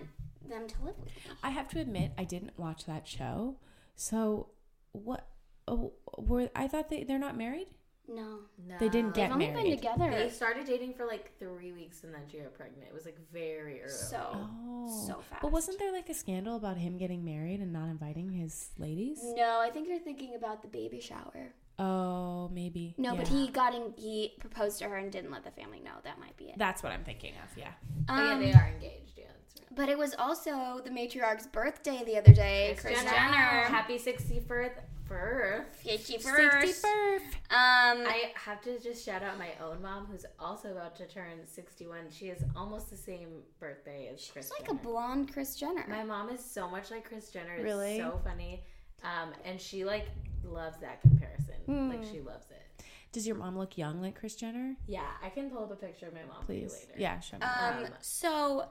B: them to live with me.
D: I have to admit, I didn't watch that show. So, what? Oh, were I thought they they're not married?
B: No.
C: No.
D: They didn't
B: They've
D: get
B: only been
D: married.
B: together
C: They started dating for like three weeks and then she got pregnant. It was like very early.
B: so
D: Oh,
B: so
D: But
B: fast.
D: wasn't there like a scandal about him getting married and not inviting his ladies?
B: No, I think you're thinking about the baby shower.
D: Oh, maybe.
B: No, but
D: Yeah.
B: he got in, he proposed to her and didn't let the family know. That might be it.
D: That's what I'm thinking of. Yeah.
C: Oh, yeah,
B: Um,
C: they are engaged. Yeah, that's right.
B: But it was also the matriarch's birthday the other day. Kris
C: Kris
B: Jenner.
C: happy 61st birth.
B: Fifty first.
D: 61st.
B: Um,
C: I have to just shout out my own mom, who's also about to turn 61. She is almost the same birthday as Chris.
B: it's like a
C: Jenner.
B: blonde Chris Jenner.
C: my mom is so much like Chris Jenner. It's
D: Really?
C: so funny, um, and she like loves that comparison. Like
B: Hmm.
C: she loves it.
D: Does your mom look young like Chris Jenner?
C: Yeah, I can pull up a picture of my mom for you
D: Please.
C: later.
D: Yeah, show me.
B: Um, so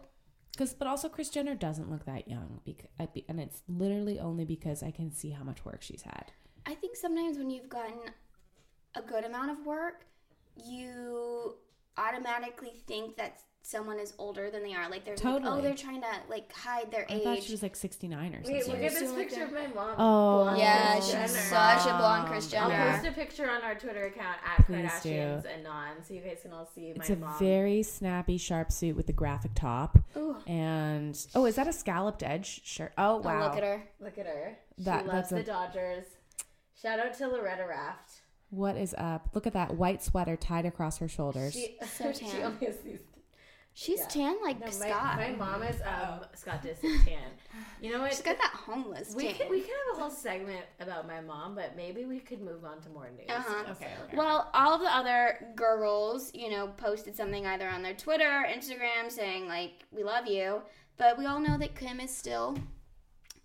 D: Because, but also Chris Jenner doesn't look that young, because, and it's literally only because I can see how much work she's had.
B: I think sometimes when you've gotten a good amount of work, you automatically think that someone is older than they are. Like they're like, oh,
D: Totally.
B: they're trying to like hide their
D: I thought
B: age.
D: she was like sixty nine or
C: Wait,
D: something.
C: look at this
B: Something like
C: picture of my mom.
D: Oh.
C: Blonde
B: yeah,
C: Kris
B: she's
C: Jenner.
B: such a blonde Chris
C: I'll
B: Jenner.
C: post a picture on our Twitter account at
D: Please
C: Kardashians Anon so you guys can all see my
D: it's a
C: mom.
D: very snappy, sharp suit with the graphic top.
B: Ooh,
D: And oh, is that a scalloped edge shirt? Oh
B: oh,
D: wow,
B: look at her.
C: Look at her.
D: That-
C: she loves
D: that's a-
C: the Dodgers. Shout out to Loretta Raft.
D: what is up? Look at that white sweater tied across her shoulders.
C: She,
B: So
C: she
B: tan.
C: only has these.
B: She's
C: Yeah.
B: tan like
C: No, my,
B: Scott. Oh.
C: my mom is um, Scott is tan. You know what?
B: She's got that homeless
C: we
B: tan.
C: could, we could have a whole segment about my mom, but maybe we could move on to more news.
B: Uh-huh.
D: okay, okay.
B: Well, all of the other girls, you know, posted something either on their Twitter, Instagram, saying like "We love you," but we all know that Kim is still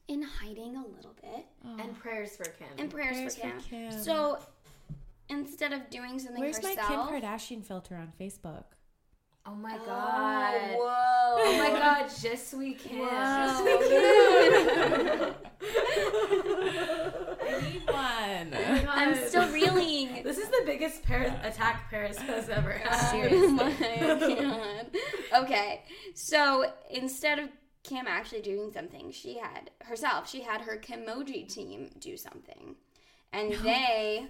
B: in hiding a little bit,
C: And prayers for Kim.
B: and prayers,
D: Prayers
B: for,
D: for
B: Kim.
D: Kim.
B: So instead of doing something
D: Where's
B: herself,
D: my Kim Kardashian filter on Facebook?
C: oh my
B: Oh,
C: god.
B: whoa!
C: Oh my god, just we Kim.
B: Wow.
D: One.
B: I'm still reeling.
C: This is the biggest Paris attack Paris has ever had.
B: Oh my god. Okay, so instead of Kim actually doing something, she had herself. She had her Kimoji team do something, and they,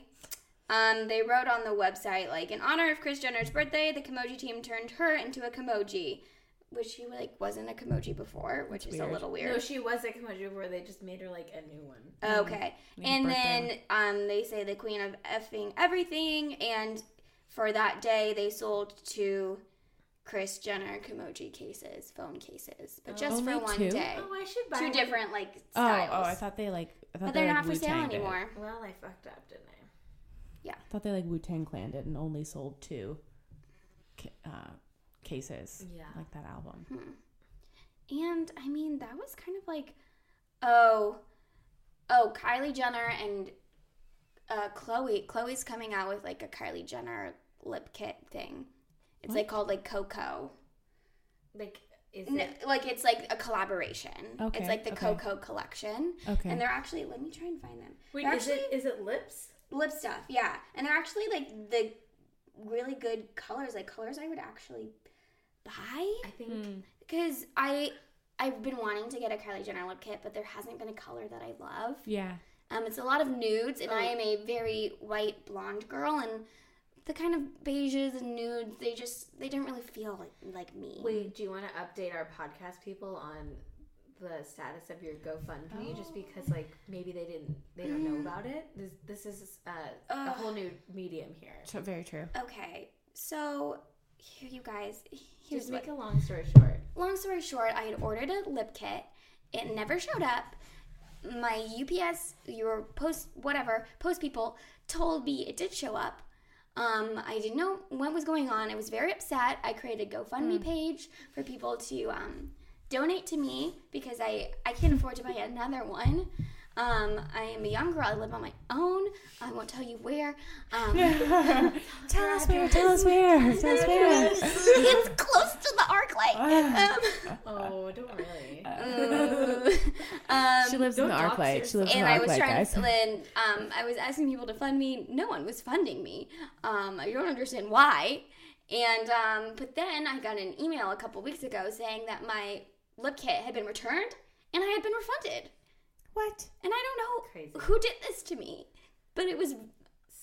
B: um, they wrote on the website like in honor of Kris Jenner's birthday, the Kimoji team turned her into a Kimoji, which she like wasn't a Kimoji before, which is a little weird.
C: No, she was at Kimoji where they just made her like a new one.
B: Okay. And then
D: Um, birthday.
B: um, they say the queen of effing everything. And for that day, they sold two Chris Jenner Kimoji cases, phone cases, but just
D: Only
B: for one
D: two?
B: day.
C: Oh, I should buy
B: Two
C: one.
B: different like
D: Oh,
B: styles.
D: oh, I thought they like. I thought
B: but
D: they,
B: they're not
D: like,
B: for sale
D: Wu-Tanged it.
B: anymore.
C: Well, I fucked up, didn't I?
D: I thought they like Wu Tang Clan it and only sold two ca- uh, cases.
C: Yeah.
D: like that album.
B: Hmm. And I mean, that was kind of like, oh, oh, Kylie Jenner and uh, Chloe. Chloe's coming out with like a Kylie Jenner lip kit thing. It's like called like Coco.
C: Like, is
B: No,
C: it?
B: like it's like a collaboration.
D: Okay,
B: it's like the
D: okay.
B: Coco collection.
D: Okay.
B: And they're actually let me try and find them.
C: Wait,
B: they're
C: is
B: actually
C: it? Is it lips?
B: lip stuff, yeah. And they're actually like the really good colors, like colors I would actually buy
C: I think.
B: because I I've been wanting to get a Kylie Jenner lip kit, but there hasn't been a color that I love.
D: yeah,
B: Um, it's a lot of nudes, and I am a very white blonde girl, and the kind of beiges and nudes they just they didn't really feel like, like me.
C: Wait, do you want to update our podcast people on the status of your GoFundMe? Just because, like, maybe they didn't, they don't know about it. This, this is uh, a
B: Ugh.
C: whole new medium here.
D: so, very true.
B: Okay, so here you guys. Here's
C: Just
B: what.
C: make a long story short.
B: Long story short, I had ordered a lip kit. It never showed up. My UPS, your post, whatever post people told me it did show up. Um, I didn't know what was going on. I was very upset. I created a GoFundMe page for people to um, donate to me because I I can't afford to buy another one. Um, I am a young girl. I live on my own. I won't tell you where. Um,
D: Tell us where. Tell us where. Tell us where.
B: it's close to the arc light. Um,
C: Oh, don't really.
B: Uh, um,
D: She lives in the
C: Don't
D: arc
C: dox
D: light. She lives in
B: and
D: the
B: I
D: arc
B: was
D: light,
B: trying
D: guys.
B: to, and um, I was asking people to fund me. No one was funding me. Um, I don't understand why. And um, but then I got an email a couple weeks ago saying that my lip kit had been returned and I had been refunded.
D: What?
B: And I don't know
C: Crazy.
B: who did this to me, but it was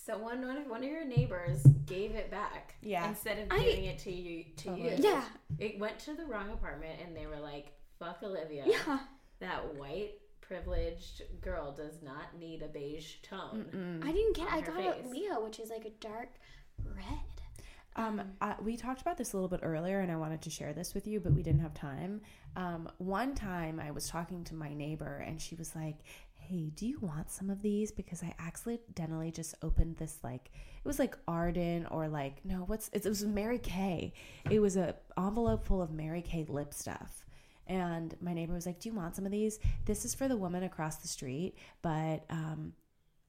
C: Someone, one of one of your neighbors, gave it back.
D: Yeah.
C: Instead of
B: I-
C: giving it to you, to you.
B: yeah,
C: It went to the wrong apartment, and they were like, "Fuck Olivia."
B: yeah.
C: That white privileged girl does not need a beige tone.
B: I didn't get. I
C: her
B: got a
C: face.
B: Leo, which is like a dark red.
D: Um, I, we talked about this a little bit earlier, and I wanted to share this with you, but we didn't have time. Um, one time I was talking to my neighbor, and she was like, Hey, do you want some of these? Because I accidentally just opened this, like, it was like Arden or like, no, what's it, it was Mary Kay. It was a envelope full of Mary Kay lip stuff. And my neighbor was like, Do you want some of these? This is for the woman across the street, but, um,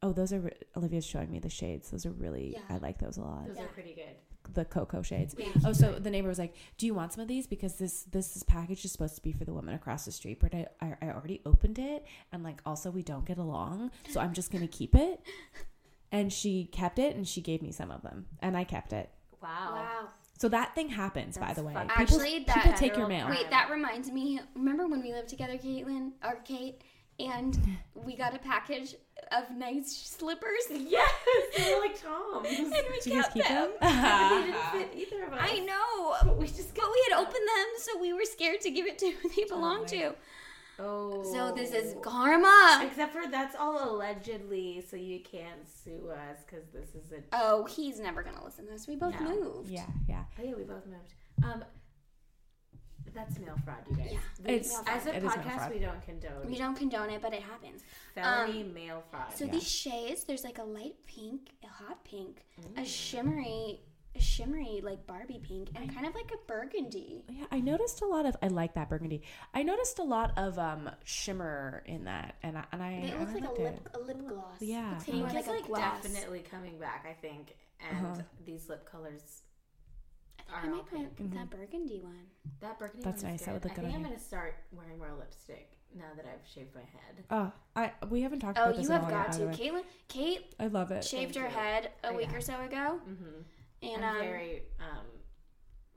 D: oh, those are, re- Olivia's showing me the shades. Those are really,
B: Yeah.
D: I like those a lot.
C: Those are
B: Yeah.
C: pretty good.
D: the cocoa shades. Oh, so the neighbor was like, "Do you want some of these? Because this this, this package is supposed to be for the woman across the street, but I, I I already opened it, and like also we don't get along, so I'm just gonna keep it." And she kept it, and she gave me some of them, and I kept it.
C: Wow.
B: Wow.
D: So that thing happens, by the way.
C: fucked.
D: People-
B: Actually,
D: people,
B: that-
D: take your
C: Federal
D: mail.
B: Wait, that reminds me. Remember when we lived together, Caitlin or Kate, and we got a package of nice slippers?
C: Yes, they were like Tom.
B: and we
D: Did you guys
B: kept
D: keep
B: them.
D: them?
C: they didn't fit either of us.
B: I know,
C: But we just
B: but
C: got.
B: we had opened them, so we were scared to give it to who they belonged to.
C: Oh.
B: So this is karma.
C: Except for that's all allegedly, so you can't sue us because this is a.
B: Oh, he's never gonna listen to this. We both
C: No.
B: moved.
D: Yeah, yeah.
C: Oh yeah, we both moved. Um, that's mail fraud, you guys.
B: Yeah.
C: We-
D: It's-
C: as a
D: it is mail
C: podcast,
D: fraud.
C: we don't condone
B: We don't condone it, but it happens.
C: felony mail fraud.
B: Um, So these shades, there's like a light pink, a hot pink, a shimmery, a shimmery like Barbie pink, and kind of like a burgundy.
D: Yeah, I noticed a lot of. I like that burgundy. I noticed a lot of um shimmer in that, and I and I.
B: They
D: I
B: look like
D: liked
B: a
D: it.
B: lip, a lip gloss.
D: Yeah.
B: Looks
C: pink
B: like,
C: is
B: like a
C: like
B: gloss.
C: definitely coming back, I think, and
D: Uh-huh.
C: these lip colors.
B: I
C: are
B: might
C: all
B: put that burgundy one.
C: That burgundy.
D: That's
C: one is
D: nice, that
C: good.
D: would look
C: I
D: good
C: think
D: on
C: I'm
D: you.
C: gonna start wearing more lipstick now that I've shaved my head.
D: Oh, I we haven't talked
B: Oh,
D: about this.
B: you
D: at
B: have
D: all
B: got
D: yet, by
B: to.
D: the way.
B: Caitlin, Kate
D: I love it.
B: shaved her
C: you.
B: head a
C: I
B: week
C: got
B: or so ago,
C: Mm-hmm.
B: and
C: I'm
B: um,
C: very um,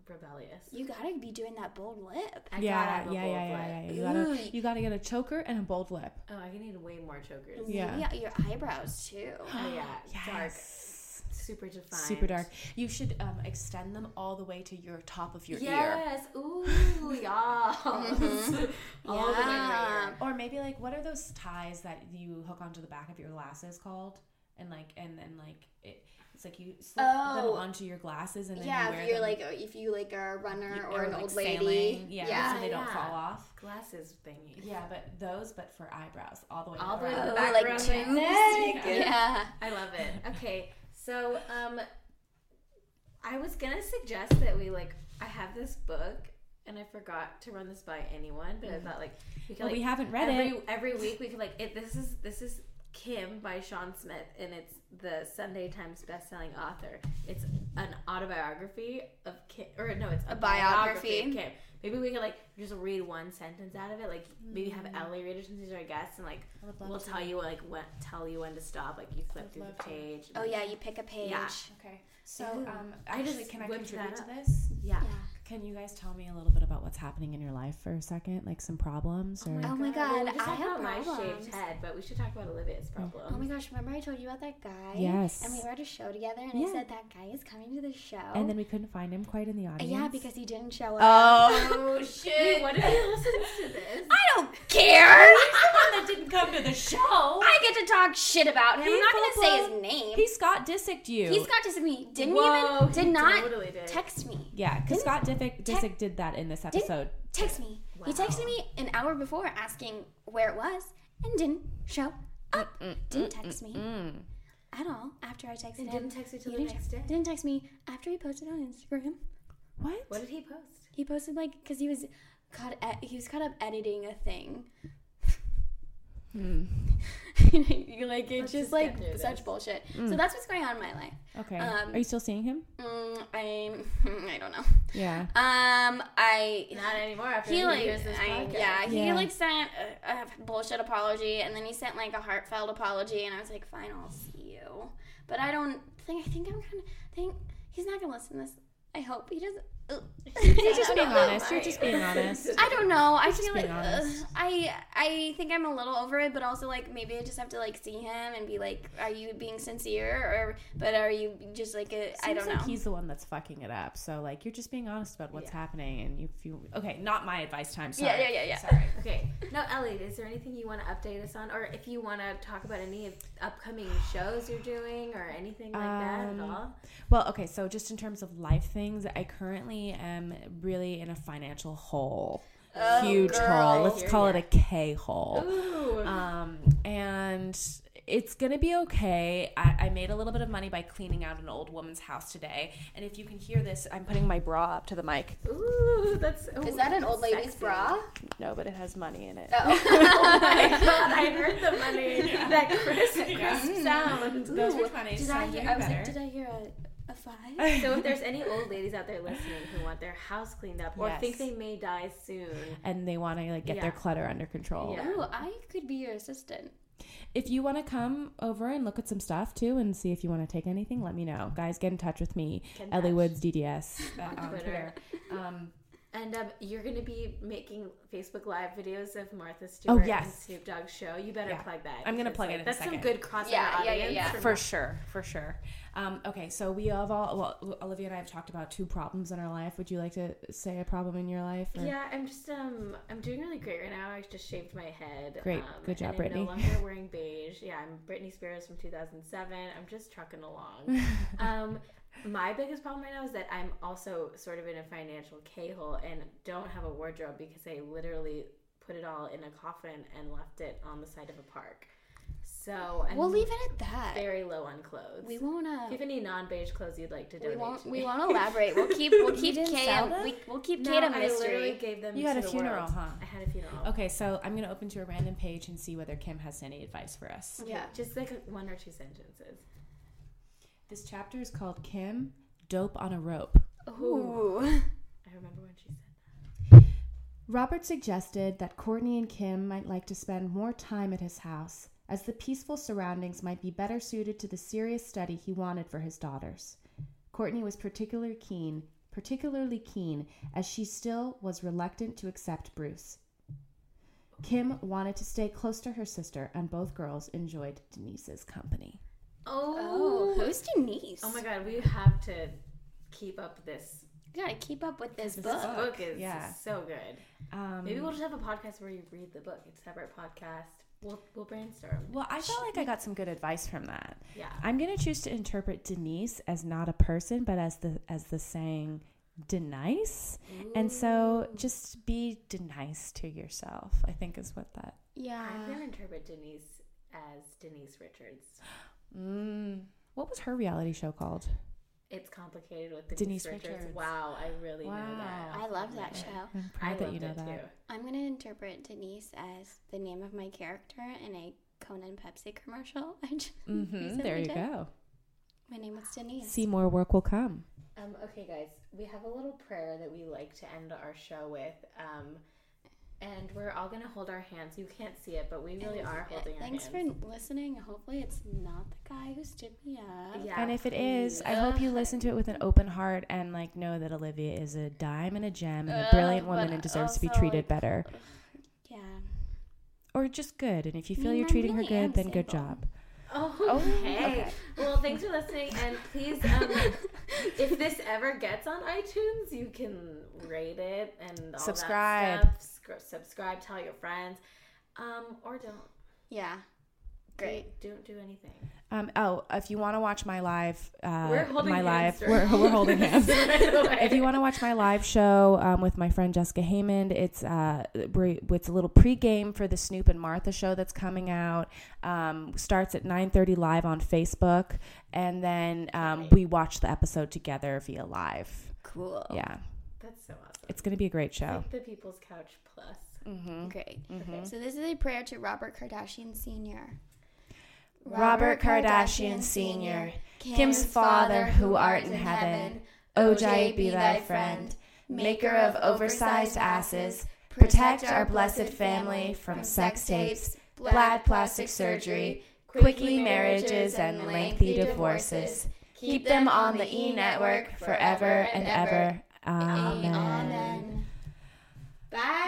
C: rebellious.
B: you gotta be doing that bold lip.
C: I gotta
D: yeah,
C: have
D: yeah,
C: a
D: yeah,
C: bold
D: yeah,
C: lip.
D: yeah, yeah. You
B: Ooh.
D: gotta you gotta get a choker and a bold lip.
C: Oh, I need way more chokers.
D: Yeah.
B: Maybe your eyebrows too.
C: Oh yeah, dark,
D: Yes.
C: super defined,
D: Super dark. You should um, extend them all the way to your top of your ear. Mm-hmm.
C: Yes. Ooh, y'all. All the way to
B: yeah.
C: your-
D: Or maybe like what are those ties that you hook onto the back of your glasses called? And like and then like it, it's like you slip them
B: Oh.
D: onto your glasses and then
B: Yeah,
D: you wear
B: if you're
D: them
B: like if you like are a runner or,
D: or,
B: an
D: like,
B: old lady.
D: sailing. Yeah, so they don't
C: yeah.
D: fall off.
C: Glasses thingy.
D: Yeah, but those, but for eyebrows, all the way.
C: All the way to
D: around.
C: the
B: Oh,
C: back
B: like
C: around
B: tubes?
C: my neck.
B: Yeah.
C: I love it. Okay, so um, I was gonna suggest that we like. I have this book, and I forgot to run this by anyone, but I thought like we could
D: Mm-hmm. Well,
C: like
D: we haven't read
C: every
D: it.
C: every week we could like it, this is this is Kim by Sean Smith, and it's the Sunday Times best-selling author. It's an autobiography of Kim, or no, it's a,
B: A
C: biography.
B: biography.
C: of Kim. Maybe we could like just read one sentence out of it, like maybe have Ellie read it since she's our guest, and like
D: would love
C: we'll tell you like when tell you when to stop. Like you flip through
D: love
C: the
D: to.
C: page.
B: Oh yeah, you pick a page.
C: Yeah.
D: Okay. So,
C: Ew.
D: um,
C: I
D: actually,
C: just
D: can I
C: whipped that
D: contribute to
C: up.
D: this?
C: yeah.
B: Yeah.
D: Can you guys tell me a little bit about what's happening in your life for a second, like some problems or?
B: Oh my
C: Well, we
B: God,
C: just
B: I
C: talked
B: have
C: about my
B: problems.
C: shaved head, but we should talk about Olivia's problem.
B: Oh my gosh, remember I told you about that guy?
D: Yes.
B: And we were at a show together and I
D: Yeah.
B: said that guy is coming to the show. Uh,
D: And then we couldn't find him quite in the audience.
B: yeah, because he didn't show up.
D: Oh,
C: Wait, what if he listens to this?
B: I don't care.
D: that didn't come to the show.
B: I get to talk shit about him. I'm
D: He
B: not gonna say his
D: full-blown-
B: name.
D: He Scott Disicked you.
B: He's got to me. Didn't
C: Whoa,
B: even
C: he
B: did not
C: totally did.
B: text me.
D: yeah, because Scott Disick,
B: Tec-
D: Disick did that in this episode.
B: Text me. He texted me an hour before asking where it was and didn't show up. didn't text me at all after I texted him.
C: didn't text you till
B: He
C: the
B: didn't
C: next
B: te-
C: day.
B: Didn't text me after he posted on Instagram.
D: What?
C: What did he post?
B: He posted like because he was caught e- he was caught up editing a thing.
D: Hmm.
B: You know, like it's just
C: just
B: like
C: get through
B: such
C: this.
B: bullshit. So that's what's going on in my life.
D: Okay.
B: Um,
D: Are you still seeing him?
B: Mm, I'm I don't know.
D: Yeah.
B: Um, I
C: Not anymore. After he,
B: he like
C: hears this
B: I,
C: podcast.
B: yeah he
D: Yeah.
B: like sent a, a bullshit apology and then he sent like a heartfelt apology and I was like fine I'll see you but I don't think I think I'm gonna think he's not gonna listen to this I hope he doesn't. Ugh.
D: You're just being
B: I don't know.
D: honest. You're just being honest.
B: I don't know. I feel like
D: being
B: ugh, I I think I'm a little over it, but also like maybe I just have to like see him and be like, are you being sincere or but are you just like a I don't
D: Seems like
B: know.
D: He's the one that's fucking it up. So like you're just being honest about what's happening, and you feel okay. Not my advice time. Sorry.
B: Yeah, yeah, yeah, yeah.
D: Sorry.
C: Okay. No, Ellie, is there anything you want to update us on? Or if you want to talk about any of upcoming shows you're doing or anything like that at
D: Um,
C: all?
D: Well, okay. So just in terms of life things, I currently am really in a financial hole.
C: Oh,
D: Huge
B: girl.
D: hole. Let's call it a K hole.
C: Ooh.
D: Um, and it's gonna be okay. I, I made a little bit of money by cleaning out an old woman's house today. And if you can hear this, I'm putting my bra up to the mic.
C: Ooh, that's. ooh,
B: Is that an old lady's
C: sexy.
B: bra?
D: No, but it has money in it.
B: Oh.
C: my god, I heard the money. That crisp, crisp sound.
D: Those were funny.
B: Did I hear? I was like, did I hear a A five?
C: So if there's any old ladies out there listening who want their house cleaned up or
D: Yes.
C: think they may die soon,
D: and they want to like get
C: Yeah.
D: their clutter under control.
C: Yeah.
B: Ooh, I could be your assistant.
D: If you want to come over and look at some stuff too and see if you want to take anything, let me know. Guys, get in touch with me,
C: Get in
D: Ellie
C: touch.
D: Woods DDS uh, on
C: Twitter.
D: Twitter. Um,
C: and um, you're gonna be making Facebook Live videos of Martha Stewart and
D: Oh, yes.
C: Snoop Dogg's show. You better
D: Yeah.
C: plug that.
D: I'm gonna
C: 'cause,
D: plug it
C: like,
D: in a
C: That's
D: second.
C: some good crossover
B: Yeah, yeah, yeah,
C: audience.
B: yeah.
C: from-
D: for sure, for sure. Um, okay, so we have all well, Olivia and I have talked about two problems in our life. Would you like to say a problem in your life? or-
C: Yeah, I'm just um, I'm doing really great right now. I just shaved my head.
D: Great.
C: um,
D: Good
C: and
D: job,
C: I'm
D: Brittany.
C: No longer wearing beige. Yeah, I'm Britney Spears from 2007. I'm just trucking along. um, my biggest problem right now is that I'm also sort of in a financial K-hole and don't have a wardrobe because I literally put it all in a coffin and left it on the side of a park. So I'm
B: We'll leave it at that.
C: very low on clothes.
B: We won't.
C: Do you
B: Uh,
C: have any non-beige clothes you'd like to donate?
B: we won't.
C: to
B: We
C: me?
B: won't elaborate. We'll keep. We'll keep
D: didn't sell
B: Kate.
D: them?
B: We, we'll keep
C: No,
B: Kate a
C: I literally
B: mystery.
C: gave them
D: You
C: to
D: had a
C: the
D: funeral,
C: world.
D: huh?
C: I had a funeral.
D: Okay, so I'm gonna open to a random page and see whether Kim has any advice for us.
C: Okay,
B: Yeah.
C: Just like one or two sentences.
D: This chapter is called Kim Dope on a Rope.
B: Ooh.
C: I remember when she said
D: Robert suggested that Courtney and Kim might like to spend more time at his house, as the peaceful surroundings might be better suited to the serious study he wanted for his daughters. Courtney was particularly keen, particularly keen, as she still was reluctant to accept Bruce. Kim wanted to stay close to her sister, and both girls enjoyed Denise's company.
B: Oh, who's Denise?
C: Oh my god, we have to keep up this.
B: You gotta keep up with this
D: This
B: book.
C: This book is
D: yeah.
C: so good.
D: Um,
C: Maybe we'll just have a podcast where you read the book. It's a separate podcast. We'll, we'll brainstorm.
D: well, I felt like I got some good advice from that.
C: Yeah.
D: I'm gonna choose to interpret Denise as not a person, but as the as the saying Denise. And so just be Denise to yourself, I think is what that
B: Yeah.
C: I'm gonna interpret Denise as Denise Richards.
D: mm. what was her reality show called?
C: It's complicated with Denise,
D: Denise
C: Richards.
D: Richards.
C: Wow, I really know that.
B: I love that show.
D: I'm
C: I
D: proud
C: loved
D: that you know
C: it
D: that.
C: too.
B: I'm gonna interpret Denise as the name of my character in a Conan Pepsi commercial. I just
D: Mhm, there
B: recently
D: you
B: did.
D: go.
B: My name was Denise.
D: See more work will come.
C: Um, okay, guys, we have a little prayer that we like to end our show with. Um, and we're all going to hold our hands. You can't see it, but we really are
B: Yeah,
C: holding
B: Thanks
C: our
B: for
C: hands.
B: listening. Hopefully, it's not the guy who stood me up.
C: Yeah,
D: and if it is, I hope you listen to it with an open heart and like know that Olivia is a dime and a gem and a
B: Ugh,
D: brilliant
B: but
D: woman and deserves to be
B: also,
D: treated
B: like,
D: better.
B: Yeah.
D: Or just good. And if you
B: I
D: feel
B: mean,
D: you're
B: I
D: treating
B: really
D: her
B: am
D: good, then good
B: single.
D: job.
C: Oh, okay.
D: okay.
C: Well, thanks for listening. And please, um, if this ever gets on iTunes, you can rate it and all
D: Subscribe.
C: That stuff. Sc- subscribe, tell your friends. Um, or don't.
B: Yeah. Great.
C: Don't do anything.
D: Um, oh, if you want to watch my live, uh,
C: We're holding
D: my
C: hands
D: live,
C: during
D: we're, we're holding hands.
C: if
D: If you want to watch my live show um, with my friend Jessica Haymond, it's uh, we're- it's a little pregame for the Snoop and Martha show that's coming out. Um, starts at nine thirty live on Facebook, and then um, we watch the episode together via live.
B: Cool.
D: Yeah,
C: That's so awesome.
D: it's gonna be a great show.
C: Like the People's Couch Plus.
D: Mm-hmm.
B: Great. So this is a prayer to Robert Kardashian Sr.
D: Robert Kardashian Sr., Kim's Father who art in heaven, Ojai be thy friend, maker of oversized asses. Protect our blessed family from sex tapes,
B: bad plastic surgery,
D: quickie marriages, and lengthy divorces. Keep them on the E network forever and ever. Amen.
B: Amen. Bye.